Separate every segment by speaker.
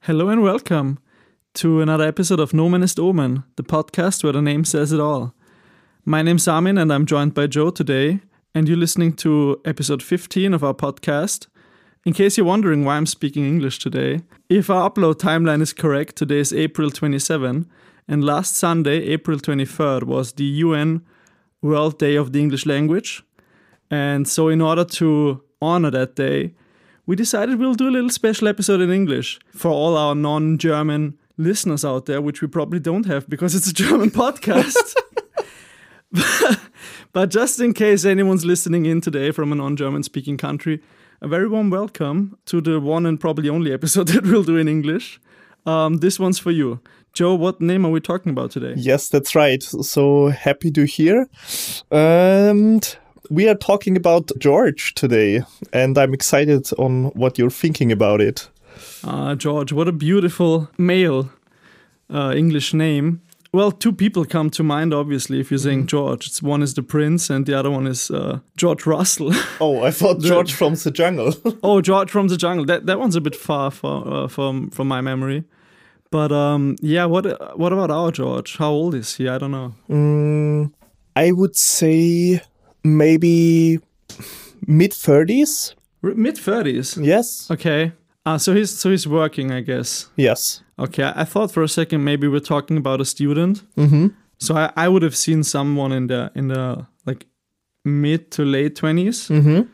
Speaker 1: Hello and welcome to another episode of Nominist Omen, the podcast where the name says it all. My name's Armin and I'm joined by Joe today, and you're listening to episode 15 of our podcast. In case you're wondering why I'm speaking English today, if our upload timeline is correct, today is April 27, and last Sunday, April 23rd, was the UN World Day of the English Language. And so, in order to honor that day, we decided we'll do a little special episode in English for all our non German listeners out there, which we probably don't have because it's a German podcast. but just in case anyone's listening in today from a non German speaking country, a very warm welcome to the one and probably only episode that we'll do in English. Um, this one's for you. Joe, what name are we talking about today?
Speaker 2: Yes, that's right. So happy to hear. And we are talking about George today, and I'm excited on what you're thinking about it.
Speaker 1: Uh, George, what a beautiful male uh, English name. Well, two people come to mind, obviously, if you're saying George. It's, one is the prince, and the other one is uh, George Russell.
Speaker 2: Oh, I thought George from the jungle.
Speaker 1: oh, George from the jungle. That that one's a bit far from uh, from from my memory. But um, yeah, what what about our George? How old is he? I don't know.
Speaker 2: I would say maybe mid 30s.
Speaker 1: Mid thirties.
Speaker 2: Yes.
Speaker 1: Okay. Uh, so he's so he's working, I guess.
Speaker 2: Yes.
Speaker 1: Okay, I I thought for a second maybe we're talking about a student. Mm-hmm. So I, I would have seen someone in the in the like mid to late 20s
Speaker 2: Mhm.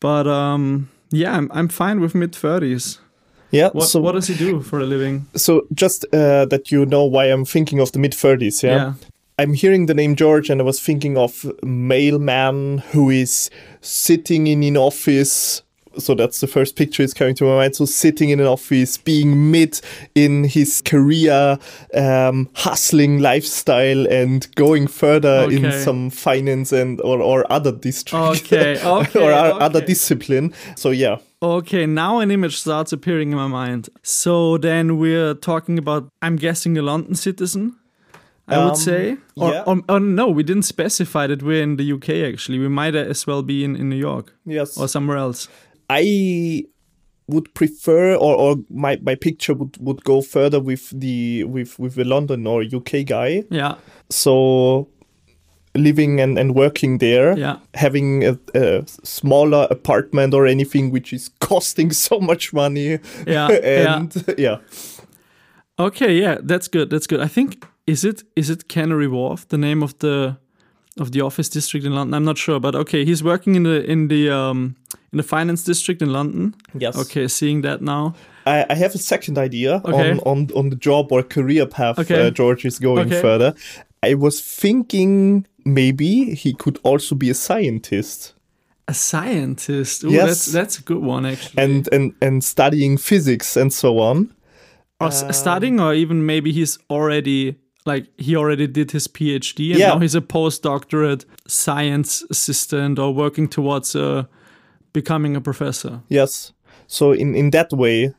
Speaker 1: But um, yeah, I'm I'm fine with mid thirties.
Speaker 2: Yeah.
Speaker 1: What
Speaker 2: so,
Speaker 1: what does he do for a living?
Speaker 2: so just uh, that you know why I'm thinking of the mid 30s.
Speaker 1: Yeah.
Speaker 2: I'm hearing the name George and I was thinking of mailman who is sitting in an office. So that's the first picture is coming to my mind. So sitting in an office, being mid in his career, um, hustling lifestyle and going further in
Speaker 1: Okay.
Speaker 2: some finance and or, or other district
Speaker 1: Okay, okay,
Speaker 2: or o- other
Speaker 1: okay.
Speaker 2: discipline. So yeah.
Speaker 1: Okay, now an image starts appearing in my mind. So then we're talking about I'm guessing a London citizen. I
Speaker 2: Um,
Speaker 1: would say, or,
Speaker 2: yeah.
Speaker 1: or, or no, we didn't specify that we're in the UK. Actually, we might as well be in, in New York
Speaker 2: Yes.
Speaker 1: or somewhere else.
Speaker 2: I would prefer or, or my, my picture would, would go further with the with with the London or UK guy.
Speaker 1: Yeah,
Speaker 2: So living and, and working there,
Speaker 1: yeah.
Speaker 2: having a, a smaller apartment or anything which is costing so much money.
Speaker 1: Yeah,
Speaker 2: and yeah.
Speaker 1: Okay, yeah, that's good. That's good. I think is it is it Canary Wharf, the name of the of the office district in London? I'm not sure, but okay, he's working in the in the um in the finance district in London.
Speaker 2: Yes.
Speaker 1: Okay, seeing that now.
Speaker 2: I, I have a second idea
Speaker 1: Okay.
Speaker 2: on, on on the job or career path
Speaker 1: Okay.
Speaker 2: uh, George is going
Speaker 1: Okay.
Speaker 2: further. I was thinking maybe he could also be a scientist.
Speaker 1: A scientist. Ooh,
Speaker 2: Yes.
Speaker 1: that's that's a good one actually.
Speaker 2: and and and studying physics and so on.
Speaker 1: or
Speaker 2: Um,
Speaker 1: s- studying or even maybe he's already like he already did his PhD and
Speaker 2: Yeah.
Speaker 1: now he's a postdoctorate science assistant or working towards uh, becoming a professor.
Speaker 2: Yes. So in in that way,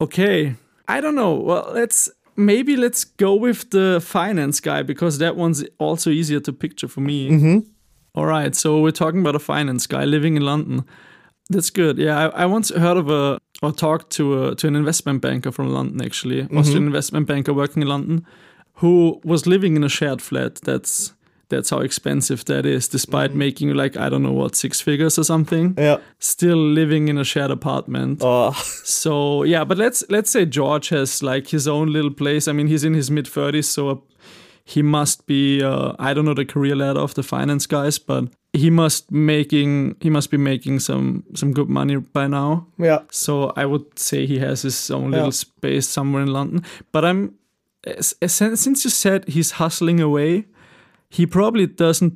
Speaker 1: Okay. I don't know. Well, let's maybe let's go with the finance guy because that one's also easier to picture for me. All right. So we're talking about a finance guy living in London. That's good. Yeah, I, I once heard of a or talked to a, to an investment banker from London actually, Austrian investment banker working in London, who was living in a shared flat. That's that's how expensive that is, despite making like I don't know what six figures or something.
Speaker 2: yeah.
Speaker 1: Still living in a shared apartment.
Speaker 2: Uh,
Speaker 1: So yeah, but let's let's say George has like his own little place. I mean, he's in his mid thirties, so uh, he must be uh, I don't know the career ladder of the finance guys, but he must making he must be making some some good money by now.
Speaker 2: yeah.
Speaker 1: So I would say he has his own little
Speaker 2: Yeah.
Speaker 1: space somewhere in London. But I'm as- as- since you said he's hustling away, he probably doesn't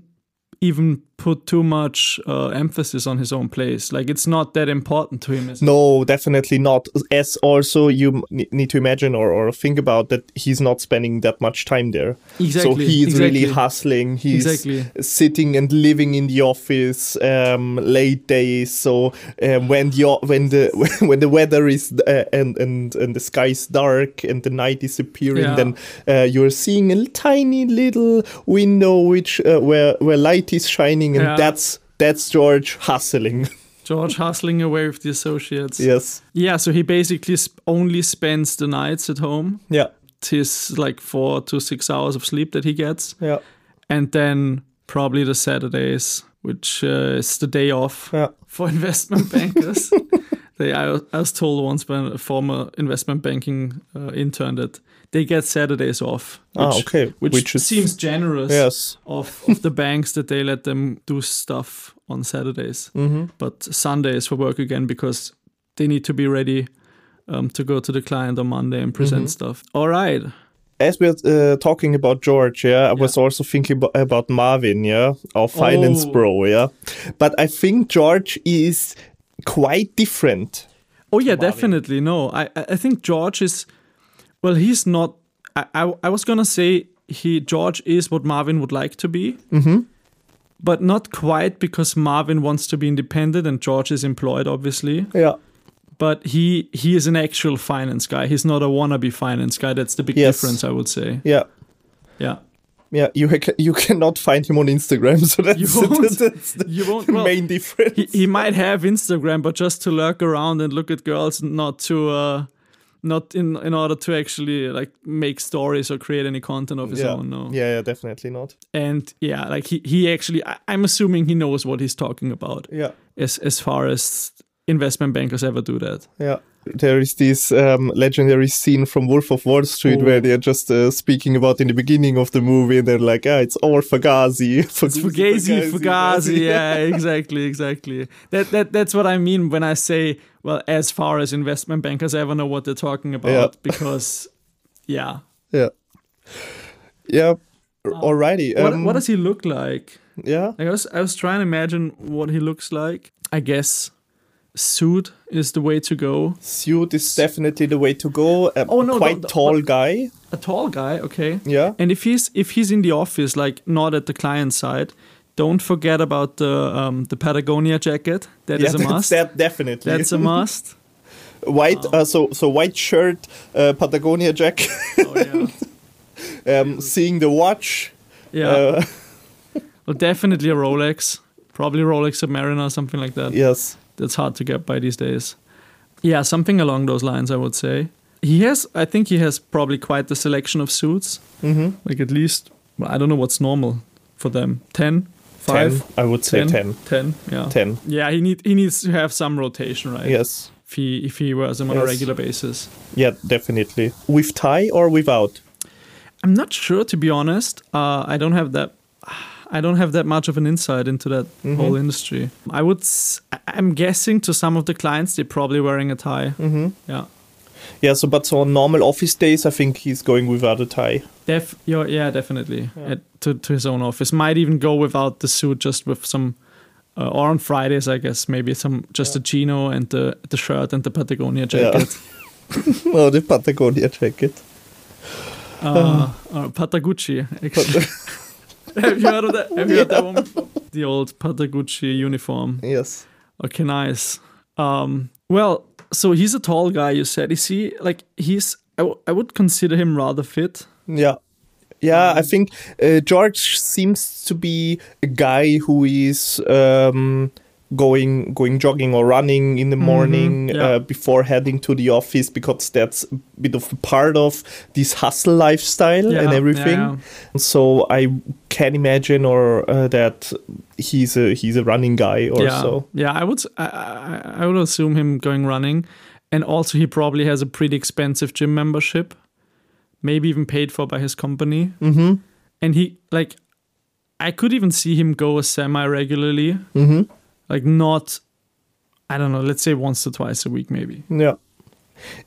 Speaker 1: even put too much uh, emphasis on his own place. Like it's not that important to him. Is it?
Speaker 2: No, definitely not. As also you m- need to imagine or, or think about that he's not spending that much time there. So
Speaker 1: Exactly,
Speaker 2: he's really
Speaker 1: exactly.
Speaker 2: hustling. He's
Speaker 1: Exactly.
Speaker 2: sitting and living in the office um, late days. So um, when the o- when the when the weather is uh, and and and the sky is dark and the night is appearing,
Speaker 1: Yeah.
Speaker 2: then uh, you're seeing a tiny little window which uh, where where light is shining, and
Speaker 1: Yeah.
Speaker 2: that's that's George hustling.
Speaker 1: George hustling away with the associates.
Speaker 2: Yes.
Speaker 1: Yeah, so he basically sp- only spends the nights at home,
Speaker 2: Yeah.
Speaker 1: his like four to six hours of sleep that he gets,
Speaker 2: Yeah.
Speaker 1: and then probably the Saturdays, which uh, is the day off
Speaker 2: Yeah.
Speaker 1: for investment bankers. they, I, was- I was told once by a former investment banking uh, intern that they get Saturdays off, which,
Speaker 2: Ah, okay.
Speaker 1: which,
Speaker 2: is-
Speaker 1: seems generous
Speaker 2: Yes.
Speaker 1: of, of the banks that they let them do stuff on Saturdays.
Speaker 2: Mm-hmm.
Speaker 1: But Sunday is for work again because they need to be ready um, to go to the client on Monday and present
Speaker 2: Mhm.
Speaker 1: stuff. All right.
Speaker 2: As we're uh, talking about George, yeah, I was also thinking abo- about Marvin, yeah, our finance
Speaker 1: Oh.
Speaker 2: bro, yeah. But I think George is quite different.
Speaker 1: Oh yeah, definitely. No, I I I think George is. Well, he's not. I I, I was gonna say he George is what Marvin would like to be, but not quite because Marvin wants to be independent and George is employed, obviously.
Speaker 2: Yeah.
Speaker 1: But he he is an actual finance guy. He's not a wannabe finance guy. That's the big
Speaker 2: Yes.
Speaker 1: difference, I would say.
Speaker 2: Yeah.
Speaker 1: Yeah,
Speaker 2: Yeah, you ha- you cannot find him on Instagram, so that's,
Speaker 1: You won't.
Speaker 2: that's the
Speaker 1: you won't. Well,
Speaker 2: main difference.
Speaker 1: he, he might have Instagram, but just to lurk around and look at girls, not to, uh, not in in order to actually like make stories or create any content of his
Speaker 2: yeah.
Speaker 1: own. No.
Speaker 2: yeah, yeah, definitely not.
Speaker 1: And yeah, like he he actually, I, I'm assuming he knows what he's talking about
Speaker 2: Yeah,
Speaker 1: as as far as investment bankers ever do that.
Speaker 2: yeah. There is this um, legendary scene from Wolf of Wall Street where
Speaker 1: Oh.
Speaker 2: they're just uh, speaking about in the beginning of the movie, and they're like, "Ah, it's all Fugazi,
Speaker 1: It's Fugazi, Fugazi. Yeah, exactly, exactly. That that that's what I mean when I say, well, as far as investment bankers ever know what they're talking about,
Speaker 2: Yeah.
Speaker 1: because yeah.
Speaker 2: yeah, yeah." Alrighty.
Speaker 1: Uh, What,
Speaker 2: um,
Speaker 1: what does he look like?
Speaker 2: yeah,
Speaker 1: I was I was trying to imagine what he looks like. I guess suit is the way to go.
Speaker 2: suit is definitely the way to go. A
Speaker 1: Oh, no,
Speaker 2: quite
Speaker 1: don't-
Speaker 2: tall guy.
Speaker 1: A tall guy, okay.
Speaker 2: Yeah,
Speaker 1: And if he's if he's in the office, like not at the client side, don't forget about the um, the Patagonia jacket. That
Speaker 2: yeah,
Speaker 1: is a
Speaker 2: that's
Speaker 1: must.
Speaker 2: that definitely.
Speaker 1: That's a Oh. must.
Speaker 2: white. Uh, so so white shirt, uh, Patagonia jacket.
Speaker 1: Oh yeah.
Speaker 2: um, seeing the watch.
Speaker 1: Yeah.
Speaker 2: Uh,
Speaker 1: well, definitely a Rolex. Probably Rolex Submariner, something like that.
Speaker 2: yes.
Speaker 1: that's hard to get by these days. Yeah, something along those lines, I would say. He has, I think he has probably quite the selection of suits. Mm-hmm. Like at least, well, I don't know what's normal for them. 10, 5,
Speaker 2: ten. I would say
Speaker 1: 10, 10,
Speaker 2: 10.
Speaker 1: yeah.
Speaker 2: 10.
Speaker 1: Yeah, he need he needs to have some rotation, right?
Speaker 2: Yes.
Speaker 1: If he if he wears them on a
Speaker 2: Yes.
Speaker 1: regular basis.
Speaker 2: Yeah, definitely. With tie or without?
Speaker 1: I'm not sure to be honest. Uh, I don't have that. I don't have that much of an insight into that whole industry. I would. s- I- I'm guessing to some of the clients they're probably wearing a tie. Mm-hmm. Yeah.
Speaker 2: Yeah, so but so on normal office days, I think he's going without a tie.
Speaker 1: Def, yeah, yeah, definitely. At, to, to his own office. Might even go without the suit, just with some, uh, or on Fridays, I guess, maybe some, just a chino and the the shirt and the Patagonia jacket.
Speaker 2: oh, the Patagonia jacket.
Speaker 1: Uh, or Patagucci, actually. Have you heard of that? Have you heard that one before? The old Patagucci uniform.
Speaker 2: Yes.
Speaker 1: Okay, nice. Um, well, so he's a tall guy, you said. Is he, like, he's, I, w- I would consider him rather fit.
Speaker 2: Yeah. Yeah,
Speaker 1: Um,
Speaker 2: I think uh, George seems to be a guy who is um, going going jogging or running in the morning
Speaker 1: Mm-hmm. yeah.
Speaker 2: uh, before heading to the office because that's a bit of a part of this hustle lifestyle
Speaker 1: Yeah,
Speaker 2: and
Speaker 1: yeah,
Speaker 2: everything.
Speaker 1: yeah.
Speaker 2: So I can imagine or uh, that he's a he's a running guy or
Speaker 1: yeah.
Speaker 2: so.
Speaker 1: Yeah, I would s- I, I- I would assume him going running, and also he probably has a pretty expensive gym membership, maybe even paid for by his company. Mm-hmm. And he like, I could even see him go semi regularly, mm-hmm. like not, I don't know, let's say once or twice a week maybe.
Speaker 2: Yeah.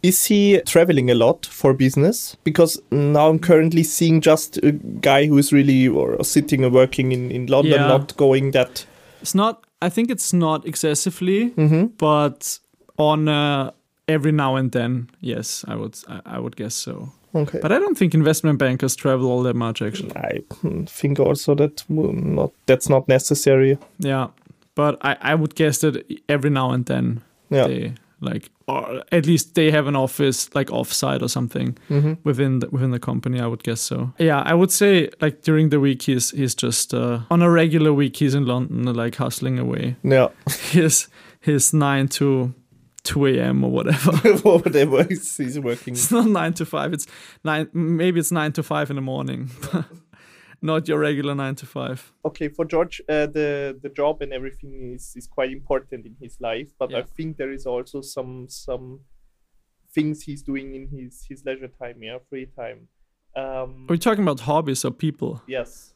Speaker 2: Is he traveling a lot for business? Because now I'm currently seeing just a guy who is really or sitting and working in, in London,
Speaker 1: Yeah.
Speaker 2: not going that.
Speaker 1: It's not. I think it's not excessively, but on uh, every now and then, yes, I would I, I would guess so.
Speaker 2: Okay.
Speaker 1: But I don't think investment bankers travel all that much actually.
Speaker 2: I hmm, think also that will not that's not necessary.
Speaker 1: Yeah, but I, I would guess that every now and then
Speaker 2: Yeah.
Speaker 1: they like, or at least they have an office like offsite or something
Speaker 2: Mm-hmm.
Speaker 1: within the, within the company. I would guess so. Yeah, I would say like during the week he's he's just uh, on a regular week he's in London like hustling away.
Speaker 2: Yeah.
Speaker 1: He's his nine to two a.m. or whatever.
Speaker 2: Whatever he's working.
Speaker 1: It's not nine to five. It's nine. Maybe it's nine to five in the morning, not your regular nine to five.
Speaker 2: Okay, for George, uh, the the job and everything is is quite important in his life, but I
Speaker 1: Yeah.
Speaker 2: think there is also some some things he's doing in his his leisure time, yeah, free time. Um,
Speaker 1: Are we talking about hobbies or people?
Speaker 2: yes,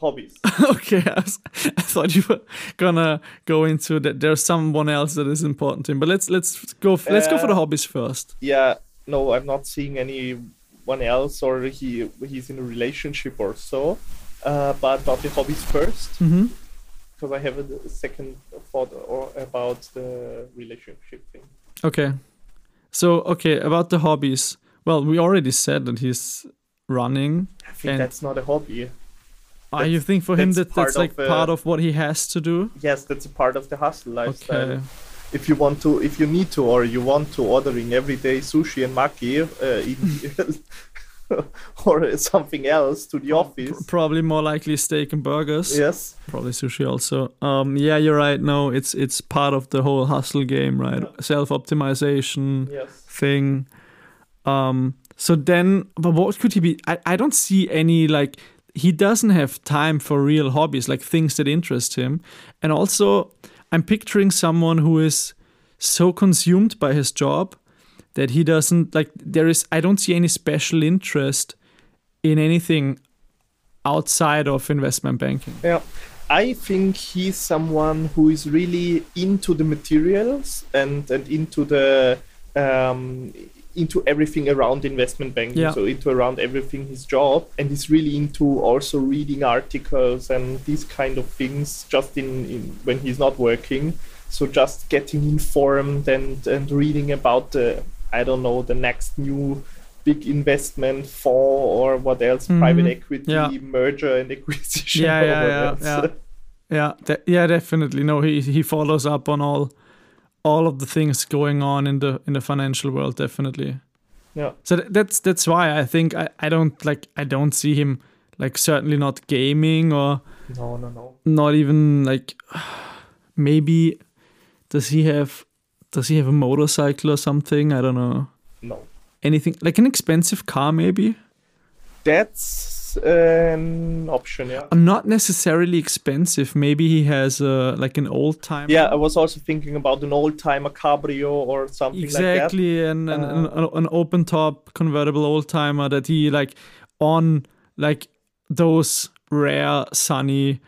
Speaker 2: hobbies.
Speaker 1: okay, I, was, I thought you were gonna go into that. There's someone else that is important to him, but let's let's go. F- let's go for the
Speaker 2: Uh,
Speaker 1: hobbies first.
Speaker 2: yeah, no, I'm not seeing anyone else, or he he's in a relationship or so. Uh, but about the hobbies first.
Speaker 1: Mm-hmm.
Speaker 2: because I have a second thought or about the relationship thing.
Speaker 1: Okay. So okay, about the hobbies. Well, we already said that he's running.
Speaker 2: I think
Speaker 1: And-
Speaker 2: that's not a hobby.
Speaker 1: Ah, you think for him
Speaker 2: that's
Speaker 1: that that's
Speaker 2: part
Speaker 1: like
Speaker 2: of, uh,
Speaker 1: part of what he has to do?
Speaker 2: Yes, that's a part of the hustle lifestyle.
Speaker 1: Okay.
Speaker 2: If you want to, if you need to, or you want to ordering every day sushi and maki, uh, in, or something else to the
Speaker 1: Pr-
Speaker 2: office.
Speaker 1: probably more likely steak and burgers.
Speaker 2: Yes.
Speaker 1: Probably sushi also. Um, yeah, you're right. No, it's it's part of the whole hustle game, right?
Speaker 2: Yeah.
Speaker 1: Self optimization
Speaker 2: Yes.
Speaker 1: thing. Um, so then, but what could he be? I, I don't see any like he doesn't have time for real hobbies, like things that interest him. And also, I'm picturing someone who is so consumed by his job that he doesn't like there is I don't see any special interest in anything outside of investment banking.
Speaker 2: Yeah. I think he's someone who is really into the materials and, and into the um, into everything around investment banking.
Speaker 1: Yeah.
Speaker 2: So into around everything his job, and he's really into also reading articles and these kind of things. Just in, in when he's not working, so just getting informed and and reading about the I don't know the next new big investment for or what else private
Speaker 1: Mhm.
Speaker 2: equity
Speaker 1: Yeah.
Speaker 2: merger and acquisition
Speaker 1: Yeah,
Speaker 2: or
Speaker 1: yeah,
Speaker 2: what
Speaker 1: yeah,
Speaker 2: else.
Speaker 1: yeah. Yeah, de- yeah, definitely. No, he he follows up on all all of the things going on in the in the financial world, definitely.
Speaker 2: Yeah.
Speaker 1: So th- that's that's why I think I, I don't like I don't see him like certainly not gaming or
Speaker 2: No, no, no.
Speaker 1: not even like maybe does he have does he have a motorcycle or something? I don't know.
Speaker 2: No.
Speaker 1: Anything like an expensive car maybe?
Speaker 2: That's an option, yeah.
Speaker 1: Not necessarily expensive. Maybe he has uh, like an old time.
Speaker 2: Yeah, I was also thinking about an old timer cabrio or something like that.
Speaker 1: exactly an, an, an,
Speaker 2: Uh,
Speaker 1: an open top convertible old timer that he like on like those rare sunny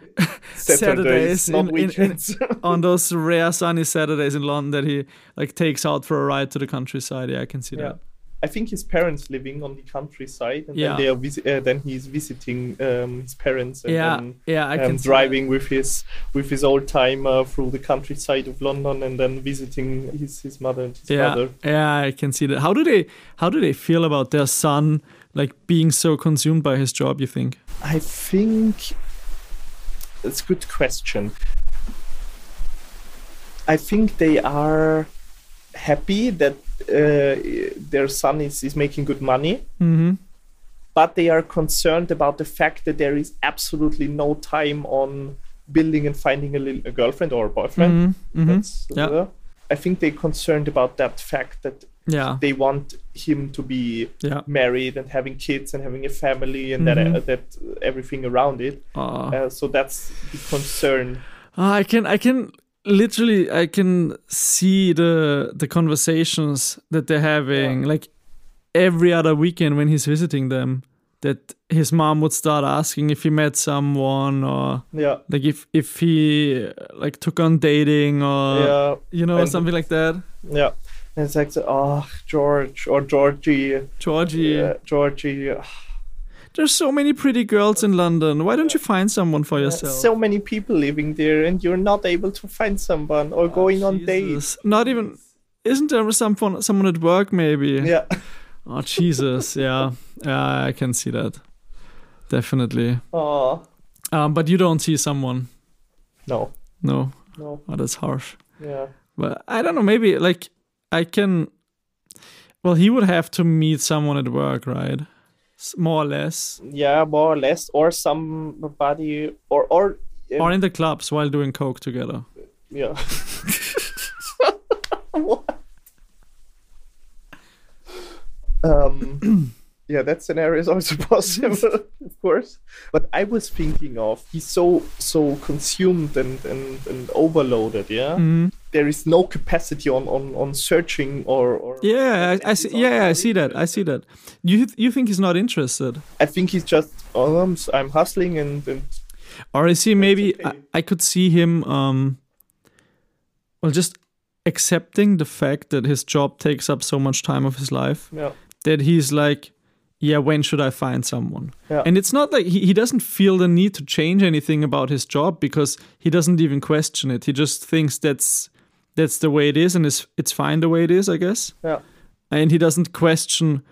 Speaker 2: Saturdays,
Speaker 1: Saturdays
Speaker 2: not
Speaker 1: in- in- in-
Speaker 2: weekends.
Speaker 1: on those rare sunny saturdays in london that he like takes out for a ride to the countryside yeah i can see
Speaker 2: Yeah.
Speaker 1: that
Speaker 2: I think his parents living on the countryside, and
Speaker 1: Yeah.
Speaker 2: then they are visi- uh, then he's visiting um, his parents and
Speaker 1: yeah
Speaker 2: then
Speaker 1: yeah i
Speaker 2: um,
Speaker 1: can see
Speaker 2: driving with his with his old timer through the countryside of London, and then visiting his, his mother and his
Speaker 1: that. yeah
Speaker 2: brother.
Speaker 1: yeah i can see that how do they how do they feel about their son like being so consumed by his job you think
Speaker 2: I think it's a good question. I think they are happy that uh, their son is, is making good money,
Speaker 1: mm-hmm
Speaker 2: but they are concerned about the fact that there is absolutely no time on building and finding a, little, a girlfriend or a boyfriend.
Speaker 1: mm-hmm, hmm
Speaker 2: That's uh,
Speaker 1: Yeah.
Speaker 2: I think they're concerned about that fact that
Speaker 1: yeah
Speaker 2: they want him to be
Speaker 1: yeah
Speaker 2: married and having kids and having a family and
Speaker 1: Mhm.
Speaker 2: that, that everything around it.
Speaker 1: Aw.
Speaker 2: Uh, so that's the concern.
Speaker 1: Ah, I can I can literally I can see the the conversations that they're having like every other weekend when he's visiting them that his mom would start asking if he met someone or
Speaker 2: Yeah.
Speaker 1: like if if he uh, like took on dating or
Speaker 2: yeah.
Speaker 1: you know
Speaker 2: and-
Speaker 1: something like that
Speaker 2: Yeah. And it's like, oh, George or Georgie.
Speaker 1: Georgie
Speaker 2: uh, Georgie. uh,
Speaker 1: there's so many pretty girls in London why don't you find someone for yourself
Speaker 2: Uh, So many people living there, and you're not able to find someone or going on dates.
Speaker 1: Ah, Jesus. not even isn't there someone someone at work maybe
Speaker 2: Yeah.
Speaker 1: Oh Jesus, yeah, yeah, I can see that, definitely.
Speaker 2: Oh,
Speaker 1: Um, but you don't see someone,
Speaker 2: no.
Speaker 1: no,
Speaker 2: No.
Speaker 1: oh, that's harsh.
Speaker 2: Yeah.
Speaker 1: But I don't know, maybe like I can. Well, he would have to meet someone at work, right? S- More or less,
Speaker 2: Yeah, more or less. Or somebody, or, or,
Speaker 1: or in the clubs while doing coke together.
Speaker 2: yeah. um, yeah, that scenario is also possible, of course. But I was thinking of he's so so consumed and and, and overloaded. Yeah, There is no capacity on on on searching or, or
Speaker 1: Yeah, I, I see. Yeah, I see that. I see that. You th- you think he's not interested,
Speaker 2: I think he's just oh, I'm s- I'm hustling and, and
Speaker 1: or is he maybe?
Speaker 2: okay.
Speaker 1: I, I could see him. Um, well, just accepting the fact that his job takes up so much time of his life
Speaker 2: yeah
Speaker 1: that he's like, yeah, when should I find someone?
Speaker 2: Yeah.
Speaker 1: And it's not like he, he doesn't feel the need to change anything about his job because he doesn't even question it. He just thinks that's that's the way it is and it's it's fine the way it is, I guess.
Speaker 2: yeah
Speaker 1: and he doesn't question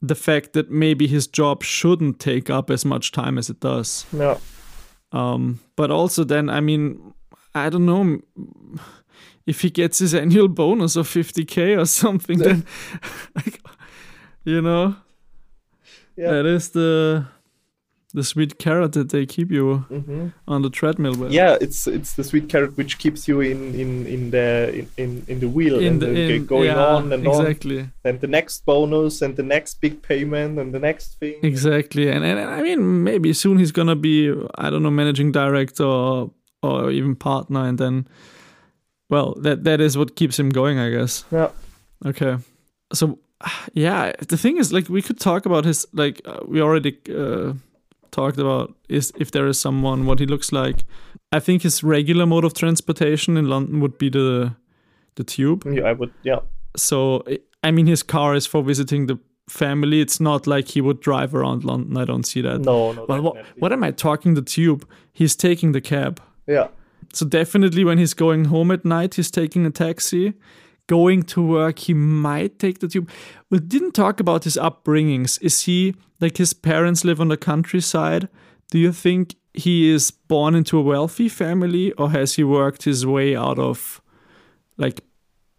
Speaker 1: the fact that maybe his job shouldn't take up as much time as it does.
Speaker 2: yeah.
Speaker 1: Um, but also, then, I mean, I don't know m- if he gets his annual bonus of 50k or something, then, like, you know,
Speaker 2: Yeah.
Speaker 1: that is the the sweet carrot that they keep you
Speaker 2: Mm-hmm.
Speaker 1: on the treadmill with.
Speaker 2: Yeah, it's it's the sweet carrot which keeps you in in in the in- in in the wheel
Speaker 1: In
Speaker 2: and
Speaker 1: the,
Speaker 2: then
Speaker 1: in,
Speaker 2: get going
Speaker 1: yeah,
Speaker 2: on and on
Speaker 1: exactly.
Speaker 2: and the next bonus and the next big payment and the next thing.
Speaker 1: Exactly, and, and and I mean, maybe soon he's gonna be I don't know managing director or or even partner, and then, well, that that is what keeps him going, I guess.
Speaker 2: Yeah.
Speaker 1: Okay, so yeah, the thing is, like, we could talk about his like uh, we already uh, talked about is if there is someone what he looks like. I think his regular mode of transportation in London would be the the tube.
Speaker 2: Yeah, I would yeah.
Speaker 1: So, I- I mean, his car is for visiting the family. It's not like he would drive around London. I don't see that.
Speaker 2: No, no.
Speaker 1: Well, what,
Speaker 2: definitely.
Speaker 1: what am I talking the tube? He's taking the cab.
Speaker 2: Yeah.
Speaker 1: So, definitely when he's going home at night, he's taking a taxi. Going to work, he might take the tube. We didn't talk about his upbringings. Is he like his parents live on the countryside? Do you think he is born into a wealthy family or has he worked his way out of like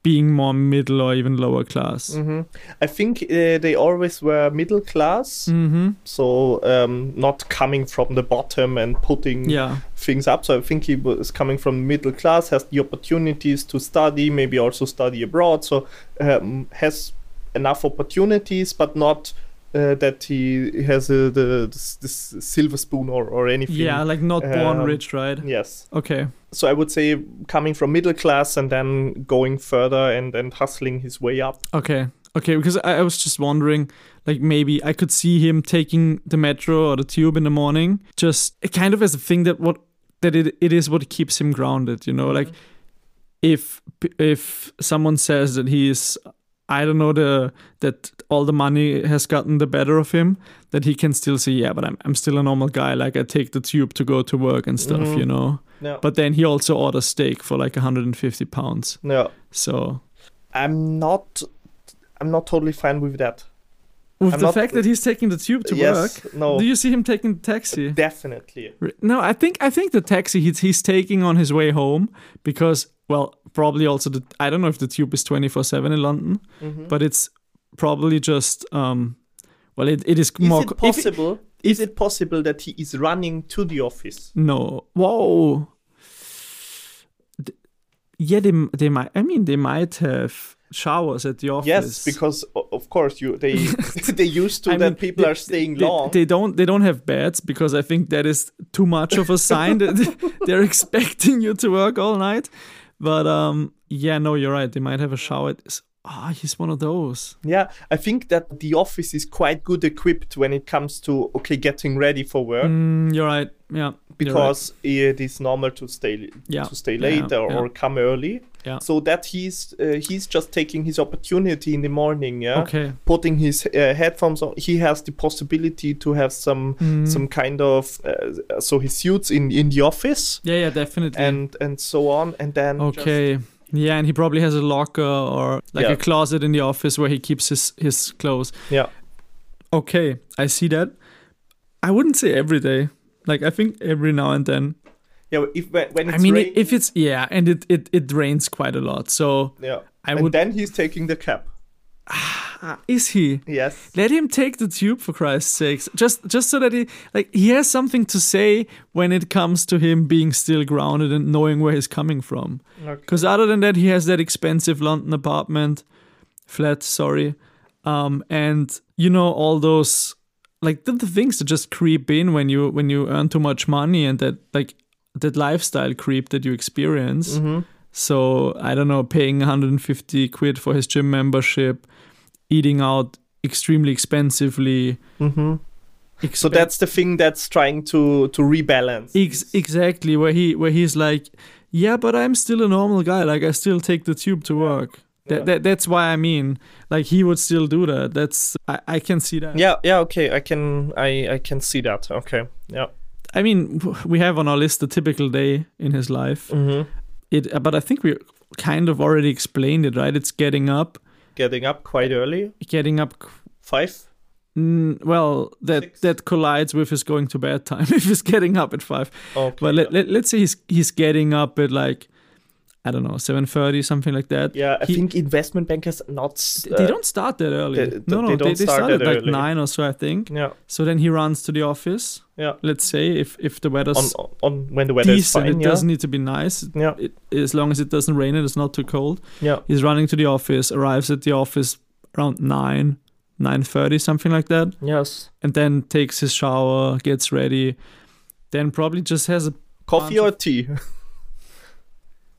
Speaker 1: being more middle or even lower class?
Speaker 2: hmm I think uh, they always were middle class,
Speaker 1: Mm-hmm.
Speaker 2: so um, not coming from the bottom and putting
Speaker 1: Yeah.
Speaker 2: things up. So I think he was coming from middle class, has the opportunities to study, maybe also study abroad. So um, has enough opportunities, but not uh, that he has uh, the this, this silver spoon or, or anything.
Speaker 1: Yeah, like not born
Speaker 2: Um,
Speaker 1: rich, right?
Speaker 2: Yes.
Speaker 1: Okay.
Speaker 2: So I would say coming from middle class and then going further and, and hustling his way up.
Speaker 1: Okay. Okay, because I, I was just wondering, like maybe I could see him taking the metro or the tube in the morning, just uh, kind of as a thing that what that it, it is what keeps him grounded, you know. Like if p- if someone says that he is, I don't know the that all the money has gotten the better of him, that he can still say, yeah, but I'm I'm still a normal guy. Like I take the tube to go to work and stuff,
Speaker 2: Mhm.
Speaker 1: you know.
Speaker 2: No.
Speaker 1: But then he also orders steak for like 150 pounds.
Speaker 2: no.
Speaker 1: So
Speaker 2: I'm not I'm not totally fine with that.
Speaker 1: with
Speaker 2: I'm
Speaker 1: the
Speaker 2: not-
Speaker 1: fact that he's taking the tube to
Speaker 2: yes,
Speaker 1: work,
Speaker 2: no.
Speaker 1: do you see him taking the taxi?
Speaker 2: Definitely.
Speaker 1: Re- No, I think I think the taxi he's, he's taking on his way home because well, probably also the I don't know if the tube is 24/7 in London,
Speaker 2: Mhm.
Speaker 1: but it's probably just um well it, it is more
Speaker 2: is it
Speaker 1: co- if-
Speaker 2: possible? is it possible that he is running to the office?
Speaker 1: No. Whoa. D- Yeah, they m- they might I mean they might have showers at the office.
Speaker 2: Yes, because o- of course you they they used to
Speaker 1: I
Speaker 2: that
Speaker 1: mean,
Speaker 2: people
Speaker 1: they-
Speaker 2: are staying
Speaker 1: they,
Speaker 2: long.
Speaker 1: They don't. They don't have beds because I think that is too much of a sign that they're expecting you to work all night. But um, yeah, no, you're right. They might have a shower. It's- Ah, he's one of those.
Speaker 2: yeah, I think that the office is quite good equipped when it comes to okay getting ready for work
Speaker 1: Mm, you're right. Yeah, you're right.
Speaker 2: because it is normal to stay
Speaker 1: Yeah,
Speaker 2: to stay
Speaker 1: yeah,
Speaker 2: late or,
Speaker 1: yeah.
Speaker 2: or come early.
Speaker 1: Yeah.
Speaker 2: So that he's uh, he's just taking his opportunity in the morning. Yeah.
Speaker 1: okay.
Speaker 2: Putting his uh, headphones on, he has the possibility to have some
Speaker 1: Mm.
Speaker 2: some kind of uh, so he suits in in the office.
Speaker 1: Yeah, yeah, definitely.
Speaker 2: and and so on and then just-
Speaker 1: okay. yeah, and he probably has a locker or like
Speaker 2: Yeah.
Speaker 1: a closet in the office where he keeps his his clothes.
Speaker 2: yeah
Speaker 1: Okay, I see that. I wouldn't say every day. Like I think every now and then.
Speaker 2: yeah if when, when it's
Speaker 1: I mean,
Speaker 2: raining,
Speaker 1: if it's yeah, and it, it it rains quite a lot, so
Speaker 2: yeah
Speaker 1: I
Speaker 2: and
Speaker 1: would.
Speaker 2: then he's taking the cab
Speaker 1: Is he?
Speaker 2: Yes.
Speaker 1: Let him take the tube for Christ's sakes. Just just so that he like he has something to say when it comes to him being still grounded and knowing where he's coming from.
Speaker 2: Okay.
Speaker 1: Because other than that, he has that expensive London apartment, flat, sorry. Um, and you know, all those like the, the things that just creep in when you when you earn too much money and that like that lifestyle creep that you experience.
Speaker 2: Mm-hmm.
Speaker 1: So I don't know, paying 150 quid for his gym membership, eating out extremely expensively.
Speaker 2: Mm-hmm. So
Speaker 1: expen-
Speaker 2: that's the thing that's trying to to rebalance.
Speaker 1: Ex- exactly where he where he's like, yeah, but I'm still a normal guy. Like I still take the tube to work. That, that that's why I mean, like he would still do that. That's I, I can see that.
Speaker 2: yeah, yeah, okay. I can I I can see that. Okay. Yeah.
Speaker 1: I mean, w- we have on our list the typical day in his life.
Speaker 2: Mm-hmm.
Speaker 1: It, uh, but I think we kind of already explained it, right? It's getting up,
Speaker 2: Getting up quite early.
Speaker 1: getting up. qu-
Speaker 2: Five.
Speaker 1: Mm, well, that
Speaker 2: Six.
Speaker 1: that collides with his going to bed time. If he's getting up at five,
Speaker 2: Okay.
Speaker 1: but let, let let's say he's he's getting up at like, I don't know, seven thirty, something like that.
Speaker 2: yeah, I
Speaker 1: he-
Speaker 2: think investment bankers are not. s-
Speaker 1: they
Speaker 2: uh,
Speaker 1: don't start that early.
Speaker 2: they-
Speaker 1: no, no,
Speaker 2: they
Speaker 1: they,
Speaker 2: don't
Speaker 1: they
Speaker 2: start
Speaker 1: start at
Speaker 2: that
Speaker 1: like
Speaker 2: early.
Speaker 1: nine or so, I think.
Speaker 2: Yeah,
Speaker 1: So then he runs to the office.
Speaker 2: yeah.
Speaker 1: Let's say if if the weather's
Speaker 2: On, on on when the weather is
Speaker 1: decent,
Speaker 2: fine.
Speaker 1: it
Speaker 2: Yeah.
Speaker 1: doesn't need to be nice.
Speaker 2: yeah,
Speaker 1: It, as long as it doesn't rain and it's not too cold,
Speaker 2: yeah,
Speaker 1: he's running to the office. Arrives at the office around nine, nine thirty, something like that,
Speaker 2: yes.
Speaker 1: and then takes his shower, gets ready. Then probably just has a
Speaker 2: Coffee or
Speaker 1: Bunch
Speaker 2: tea?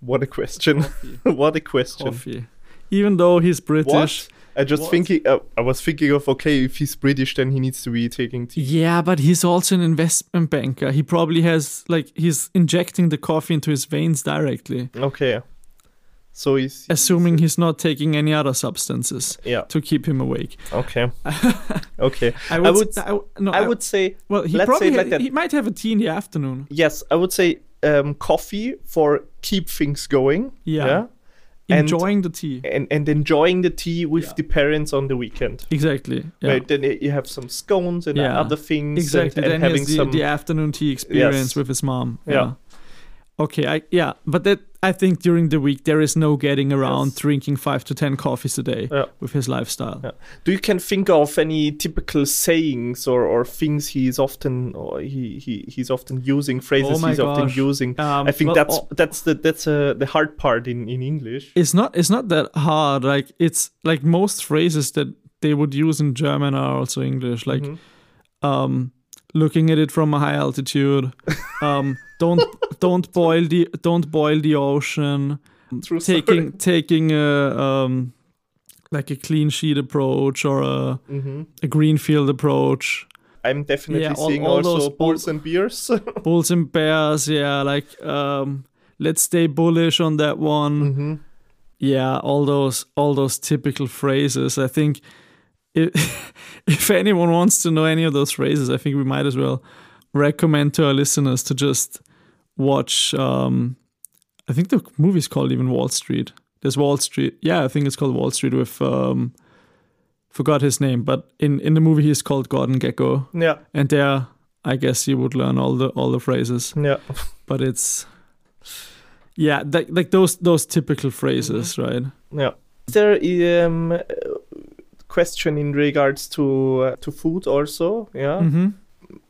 Speaker 2: what a question!
Speaker 1: coffee.
Speaker 2: what a question!
Speaker 1: coffee. Even though he's British,
Speaker 2: I just
Speaker 1: What?
Speaker 2: thinking. Uh, I was thinking of okay, if he's British, then he needs to be taking tea.
Speaker 1: Yeah, but he's also an investment banker. He probably has like he's injecting the coffee into his veins directly,
Speaker 2: Okay, so he's
Speaker 1: assuming he's not taking any other substances
Speaker 2: yeah.
Speaker 1: to keep him awake.
Speaker 2: Okay, okay.
Speaker 1: I
Speaker 2: would-
Speaker 1: s- I w- no,
Speaker 2: I would say
Speaker 1: Well, he
Speaker 2: let's
Speaker 1: probably
Speaker 2: say it like
Speaker 1: ha-
Speaker 2: that.
Speaker 1: he might have a tea in the afternoon.
Speaker 2: yes. I would say um, coffee for keep things going.
Speaker 1: Yeah.
Speaker 2: And-
Speaker 1: Enjoying the tea.
Speaker 2: and and enjoying the tea with
Speaker 1: Yeah.
Speaker 2: the parents on the weekend.
Speaker 1: Exactly. Yeah.
Speaker 2: Right, then eh, you have some scones and
Speaker 1: Yeah.
Speaker 2: other things.
Speaker 1: Exactly.
Speaker 2: And,
Speaker 1: then
Speaker 2: and
Speaker 1: he
Speaker 2: having
Speaker 1: has the,
Speaker 2: some.
Speaker 1: the afternoon tea experience
Speaker 2: Yes.
Speaker 1: with his mom.
Speaker 2: Yeah.
Speaker 1: Okay, I yeah, but that I think during the week there is no getting around
Speaker 2: Yes.
Speaker 1: drinking five to ten coffees a day
Speaker 2: Yeah.
Speaker 1: with his lifestyle.
Speaker 2: Yeah. Do you can think of any typical sayings or, or things he is often or he, he he's often using phrases
Speaker 1: Oh my
Speaker 2: he's often
Speaker 1: gosh.
Speaker 2: using.
Speaker 1: Um,
Speaker 2: I think
Speaker 1: well,
Speaker 2: that's
Speaker 1: o-
Speaker 2: that's the that's uh, the hard part in, in English.
Speaker 1: it's not it's not that hard like it's like most phrases that they would use in german are also english like
Speaker 2: Mhm.
Speaker 1: um looking at it from a high altitude um don't don't boil the don't boil the ocean
Speaker 2: True story.
Speaker 1: taking taking a um like a clean sheet approach or a,
Speaker 2: Mhm.
Speaker 1: a greenfield approach
Speaker 2: I'm definitely
Speaker 1: Yeah, all-
Speaker 2: seeing
Speaker 1: all
Speaker 2: also
Speaker 1: those-
Speaker 2: bulls and beers.
Speaker 1: bulls and bears yeah like um let's stay bullish on that one
Speaker 2: mm-hmm.
Speaker 1: yeah all those all those typical phrases i think if, if anyone wants to know any of those phrases i think we might as well recommend to our listeners to just watch um i think the movie's called even wall street there's wall street yeah i think it's called wall street with um forgot his name but in in the movie he's called gordon gecko
Speaker 2: Yeah,
Speaker 1: and there i guess you would learn all the all the phrases
Speaker 2: yeah.
Speaker 1: but it's yeah like like those those typical phrases right
Speaker 2: Yeah. Is there um uh, question in regards to uh, to food also? Yeah.
Speaker 1: Mm-hmm.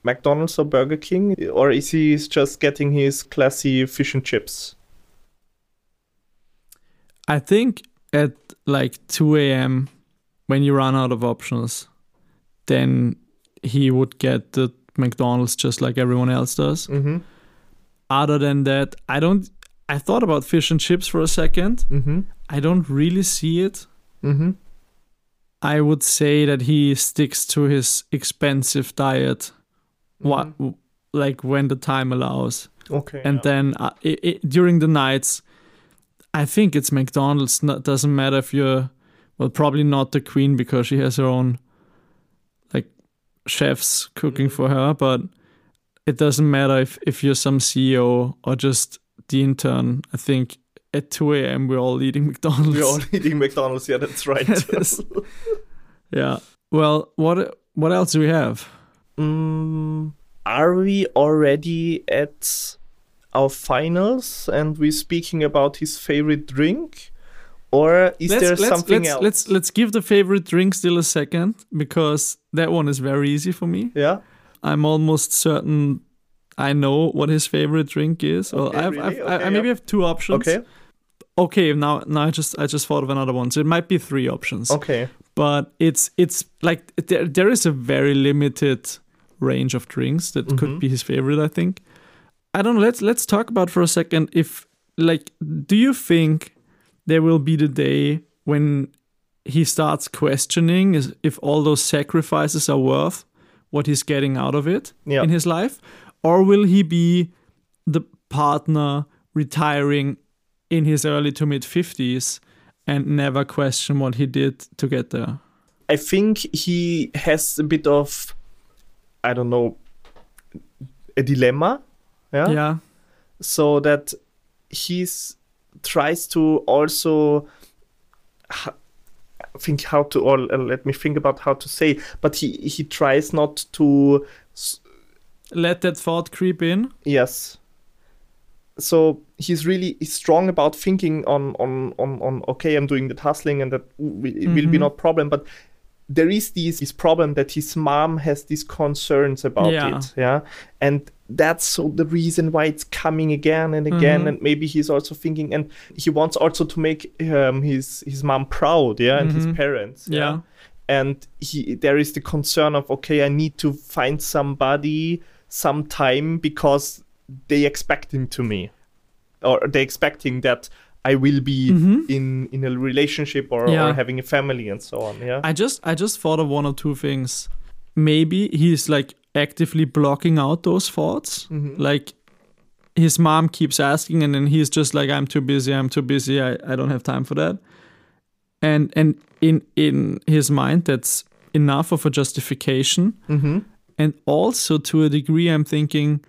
Speaker 2: McDonald's or Burger King, or is he is just getting his classy fish and chips?
Speaker 1: I think at like 2 a.m., when you run out of options, then he would get the McDonald's just like everyone else does.
Speaker 2: Mm-hmm.
Speaker 1: Other than that, I don't. I thought about fish and chips for a second.
Speaker 2: Mm-hmm.
Speaker 1: I don't really see it.
Speaker 2: Mm-hmm.
Speaker 1: I would say that he sticks to his expensive diet, what like when the time allows.
Speaker 2: Okay.
Speaker 1: and then uh, i i during the nights i think it's mcdonald's no, doesn't matter if you're well probably not the queen because she has her own like chefs cooking
Speaker 2: Mhm.
Speaker 1: for her but it doesn't matter if, if you're some ceo or just the intern i think at 2 a.m we're all eating mcdonald's
Speaker 2: we're all eating McDonald's. Yeah, that's right.
Speaker 1: Yes. yeah well what what else do we have
Speaker 2: mm, are we already at our finals and we're speaking about his favorite drink? Or is there
Speaker 1: let's,
Speaker 2: something
Speaker 1: let's,
Speaker 2: else?
Speaker 1: Let's let's give the favorite drink still a second because that one is very easy for me.
Speaker 2: yeah.
Speaker 1: I'm almost certain I know what his favorite drink is. Well,
Speaker 2: Okay,
Speaker 1: I, have,
Speaker 2: really?
Speaker 1: I, have, I
Speaker 2: Okay,
Speaker 1: I maybe
Speaker 2: yeah.
Speaker 1: have two options.
Speaker 2: Okay.
Speaker 1: Okay. Now now I just I just thought of another one. So it might be three options.
Speaker 2: Okay.
Speaker 1: But it's it's like there there is a very limited range of drinks that could
Speaker 2: Mhm.
Speaker 1: be his favorite. I think. I don't know. Let's let's talk about for a second if like do you think there will be the day when he starts questioning is if all those sacrifices are worth what he's getting out of it
Speaker 2: Yeah.
Speaker 1: in his life or will he be the partner retiring in his early to mid 50s and never question what he did to get there
Speaker 2: I think he has a bit of, I don't know, a dilemma. Yeah.
Speaker 1: yeah
Speaker 2: So that he's tries to also h- think how to or uh, let me think about how to say but he he tries not to s-
Speaker 1: let that thought creep in
Speaker 2: yes so he's really he's strong about thinking on on on, on okay i'm doing the hustling and that will, it will be
Speaker 1: Mhm.
Speaker 2: no problem but there is this, this problem that his mom has these concerns about
Speaker 1: Yeah.
Speaker 2: it yeah and that's so the reason why it's coming again and again
Speaker 1: Mhm.
Speaker 2: and maybe he's also thinking and he wants also to make um, his his mom proud yeah and
Speaker 1: Mhm.
Speaker 2: his parents
Speaker 1: yeah
Speaker 2: and he there is the concern of okay i need to find somebody sometime because they expecting to me or they expecting that i will be
Speaker 1: Mhm.
Speaker 2: in in a relationship or,
Speaker 1: Yeah.
Speaker 2: or having a family and so on yeah
Speaker 1: i just i just thought of one or two things maybe he's like actively blocking out those thoughts
Speaker 2: Mhm.
Speaker 1: like his mom keeps asking and then he's just like i'm too busy i'm too busy i, I don't have time for that and and in in his mind that's enough of a justification
Speaker 2: Mhm.
Speaker 1: and also to a degree i'm thinking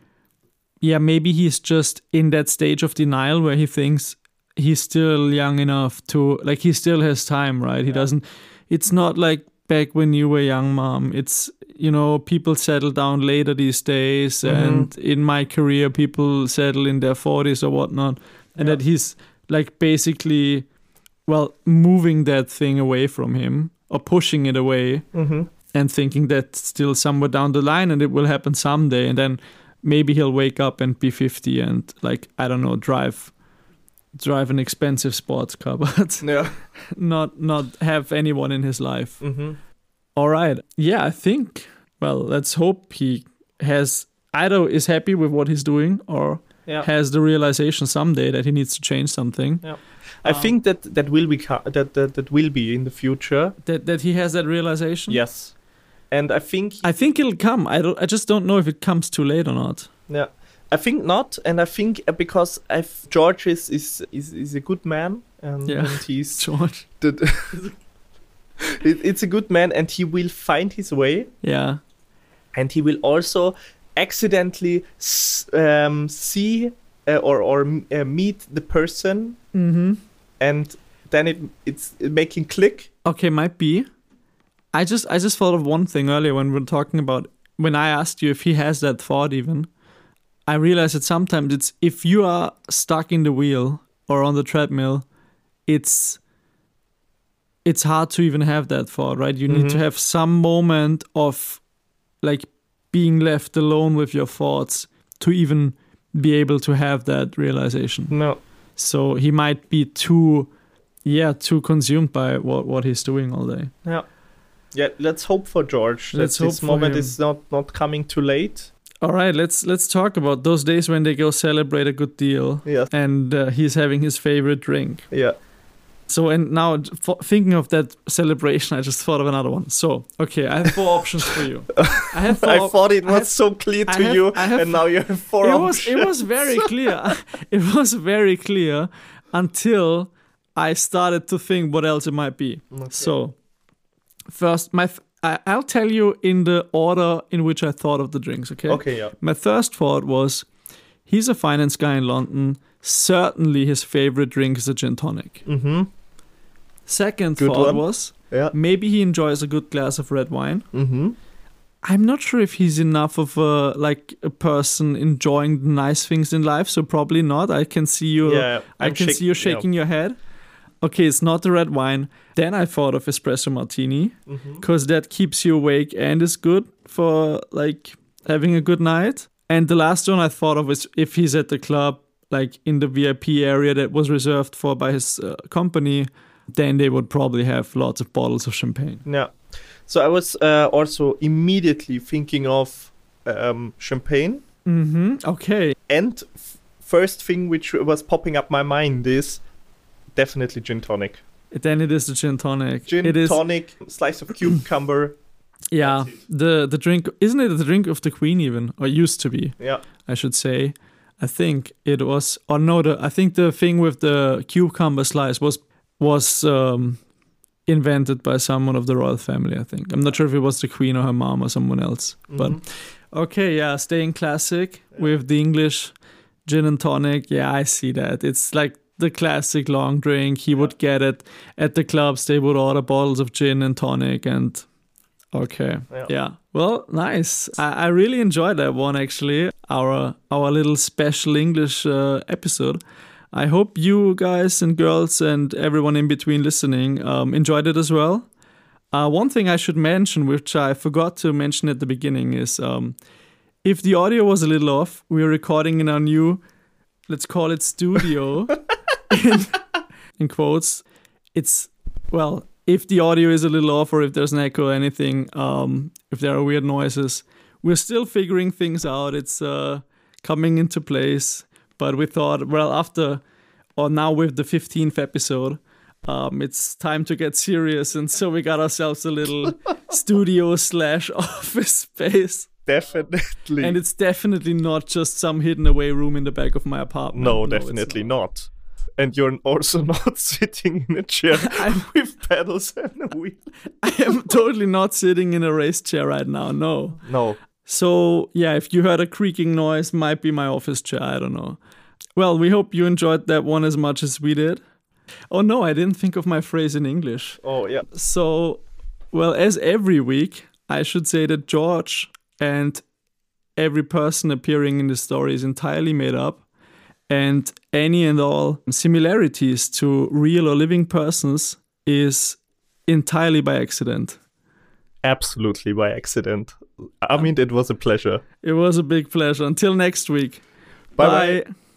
Speaker 1: yeah maybe he's just in that stage of denial where he thinks he's still young enough to like he still has time right he doesn't it's not like back when you were young mom it's you know people settle down later these days and in my career people settle in their 40s or whatnot and
Speaker 2: Yeah.
Speaker 1: that he's like basically well moving that thing away from him or pushing it away
Speaker 2: Mhm.
Speaker 1: and thinking that still somewhere down the line and it will happen someday and then maybe he'll wake up and be 50 and like i don't know drive drive an expensive sports car but
Speaker 2: yeah
Speaker 1: not not have anyone in his life
Speaker 2: Mhm.
Speaker 1: all right yeah i think well let's hope he has either is happy with what he's doing or
Speaker 2: yeah
Speaker 1: has the realization someday that he needs to change something
Speaker 2: i
Speaker 1: Um,
Speaker 2: think that that will be co- that, that that will be in the future
Speaker 1: that that he has that realization
Speaker 2: yes and i think
Speaker 1: i think it'll come i don't i just don't know if it comes too late or not
Speaker 2: Yeah, I think not, and I think uh, because i George is is, is is a good man, and,
Speaker 1: Yeah.
Speaker 2: and he's
Speaker 1: george
Speaker 2: it, it's a good man, and he will find his way,
Speaker 1: yeah
Speaker 2: and he will also accidentally s- um, see uh, or or uh, meet the person,
Speaker 1: mm-hmm
Speaker 2: and then it it's making click.
Speaker 1: Okay, might be. I just I just thought of one thing earlier when we were talking about when I asked you if he has that thought even. I realized that sometimes it's if you are stuck in the wheel or on the treadmill, it's it's hard to even have that thought, right? You need to
Speaker 2: Mhm.
Speaker 1: have some moment of like being left alone with your thoughts to even be able to have that realization.
Speaker 2: No,
Speaker 1: So he might be too, yeah, too consumed by what, what he's doing all day.
Speaker 2: yeah, let's hope for George.
Speaker 1: Let's
Speaker 2: that
Speaker 1: hope
Speaker 2: this
Speaker 1: for
Speaker 2: moment
Speaker 1: him.
Speaker 2: is not not coming too late.
Speaker 1: All right, let's let's talk about those days when they go celebrate a good deal,
Speaker 2: Yeah,
Speaker 1: and uh, he's having his favorite drink.
Speaker 2: yeah.
Speaker 1: So and now for, thinking of that celebration, I just thought of another one. So okay, I have four options for you. I have four.
Speaker 2: I thought it
Speaker 1: I
Speaker 2: was
Speaker 1: have-
Speaker 2: so clear
Speaker 1: I
Speaker 2: to
Speaker 1: have-
Speaker 2: you,
Speaker 1: I have-
Speaker 2: and now you have four
Speaker 1: it
Speaker 2: options.
Speaker 1: was it was very clear. it was very clear until I started to think what else it might be. So, first, my f- I, I'll tell you in the order in which I thought of the drinks. Okay.
Speaker 2: Okay, yeah.
Speaker 1: My first thought was, he's a finance guy in London. Certainly, his favorite drink is a gin tonic.
Speaker 2: Mm-hmm.
Speaker 1: Second
Speaker 2: Good
Speaker 1: thought
Speaker 2: one.
Speaker 1: was,
Speaker 2: Yeah.
Speaker 1: maybe he enjoys a good glass of red wine.
Speaker 2: Mm-hmm.
Speaker 1: I'm not sure if he's enough of a like a person enjoying the nice things in life, so probably not. I can see you.
Speaker 2: Yeah,
Speaker 1: I
Speaker 2: I'm
Speaker 1: can
Speaker 2: shak-
Speaker 1: see you
Speaker 2: yeah.
Speaker 1: shaking your head. okay, it's not the red wine. Then I thought of espresso martini
Speaker 2: Mm-hmm.
Speaker 1: because that keeps you awake and is good for like having a good night. And the last one I thought of is if he's at the club, like in the VIP area that was reserved for by his uh, company, then they would probably have lots of bottles of champagne.
Speaker 2: Yeah. So I was uh, also immediately thinking of um, champagne.
Speaker 1: Mm-hmm. Okay.
Speaker 2: And f- first thing which was popping up my mind is definitely gin tonic.
Speaker 1: Then it is the gin tonic.
Speaker 2: Gin
Speaker 1: it is,
Speaker 2: tonic, slice of cucumber.
Speaker 1: yeah. The the drink isn't it the drink of the queen even or used to be?
Speaker 2: Yeah.
Speaker 1: I should say. I think it was or no the I think the thing with the cucumber slice was was um, invented by someone of the royal family, I think. I'm not sure if it was the queen or her mom or someone else. But
Speaker 2: Mhm.
Speaker 1: okay, yeah, staying classic with the English gin and tonic. Yeah, I see that. It's like the classic long drink. He would get it at the clubs. They would order bottles of gin and tonic and okay.
Speaker 2: Yeah.
Speaker 1: Yeah. Well, nice. I, I really enjoyed that one actually. Our our little special English uh, episode. I hope you guys and girls and everyone in between listening um, enjoyed it as well. Uh, one thing I should mention, which I forgot to mention at the beginning, is um, if the audio was a little off, we're recording in our new, let's call it studio, in, in quotes. It's, well, if the audio is a little off or if there's an echo or anything, um, if there are weird noises, we're still figuring things out. It's uh, coming into place. But we thought, well, after or now with the 15th episode, um, it's time to get serious. And so we got ourselves a little studio slash office space.
Speaker 2: Definitely.
Speaker 1: And it's definitely not just some hidden away room in the back of my apartment.
Speaker 2: no,
Speaker 1: it's
Speaker 2: definitely not. And you're also not sitting in a chair with pedals and a wheel.
Speaker 1: not. I am totally not sitting in a race chair right now. No.
Speaker 2: No.
Speaker 1: So, yeah, if you heard a creaking noise, might be my office chair. I don't know. Well, we hope you enjoyed that one as much as we did. Oh, no, I didn't think of my phrase in English.
Speaker 2: Oh, yeah.
Speaker 1: So, well, as every week, I should say that George and every person appearing in the story is entirely made up, and any and all similarities to real or living persons is entirely by accident.
Speaker 2: Absolutely by accident. I mean, it was a pleasure.
Speaker 1: It was a big pleasure. Until next week.
Speaker 2: Bye-bye.
Speaker 1: Bye.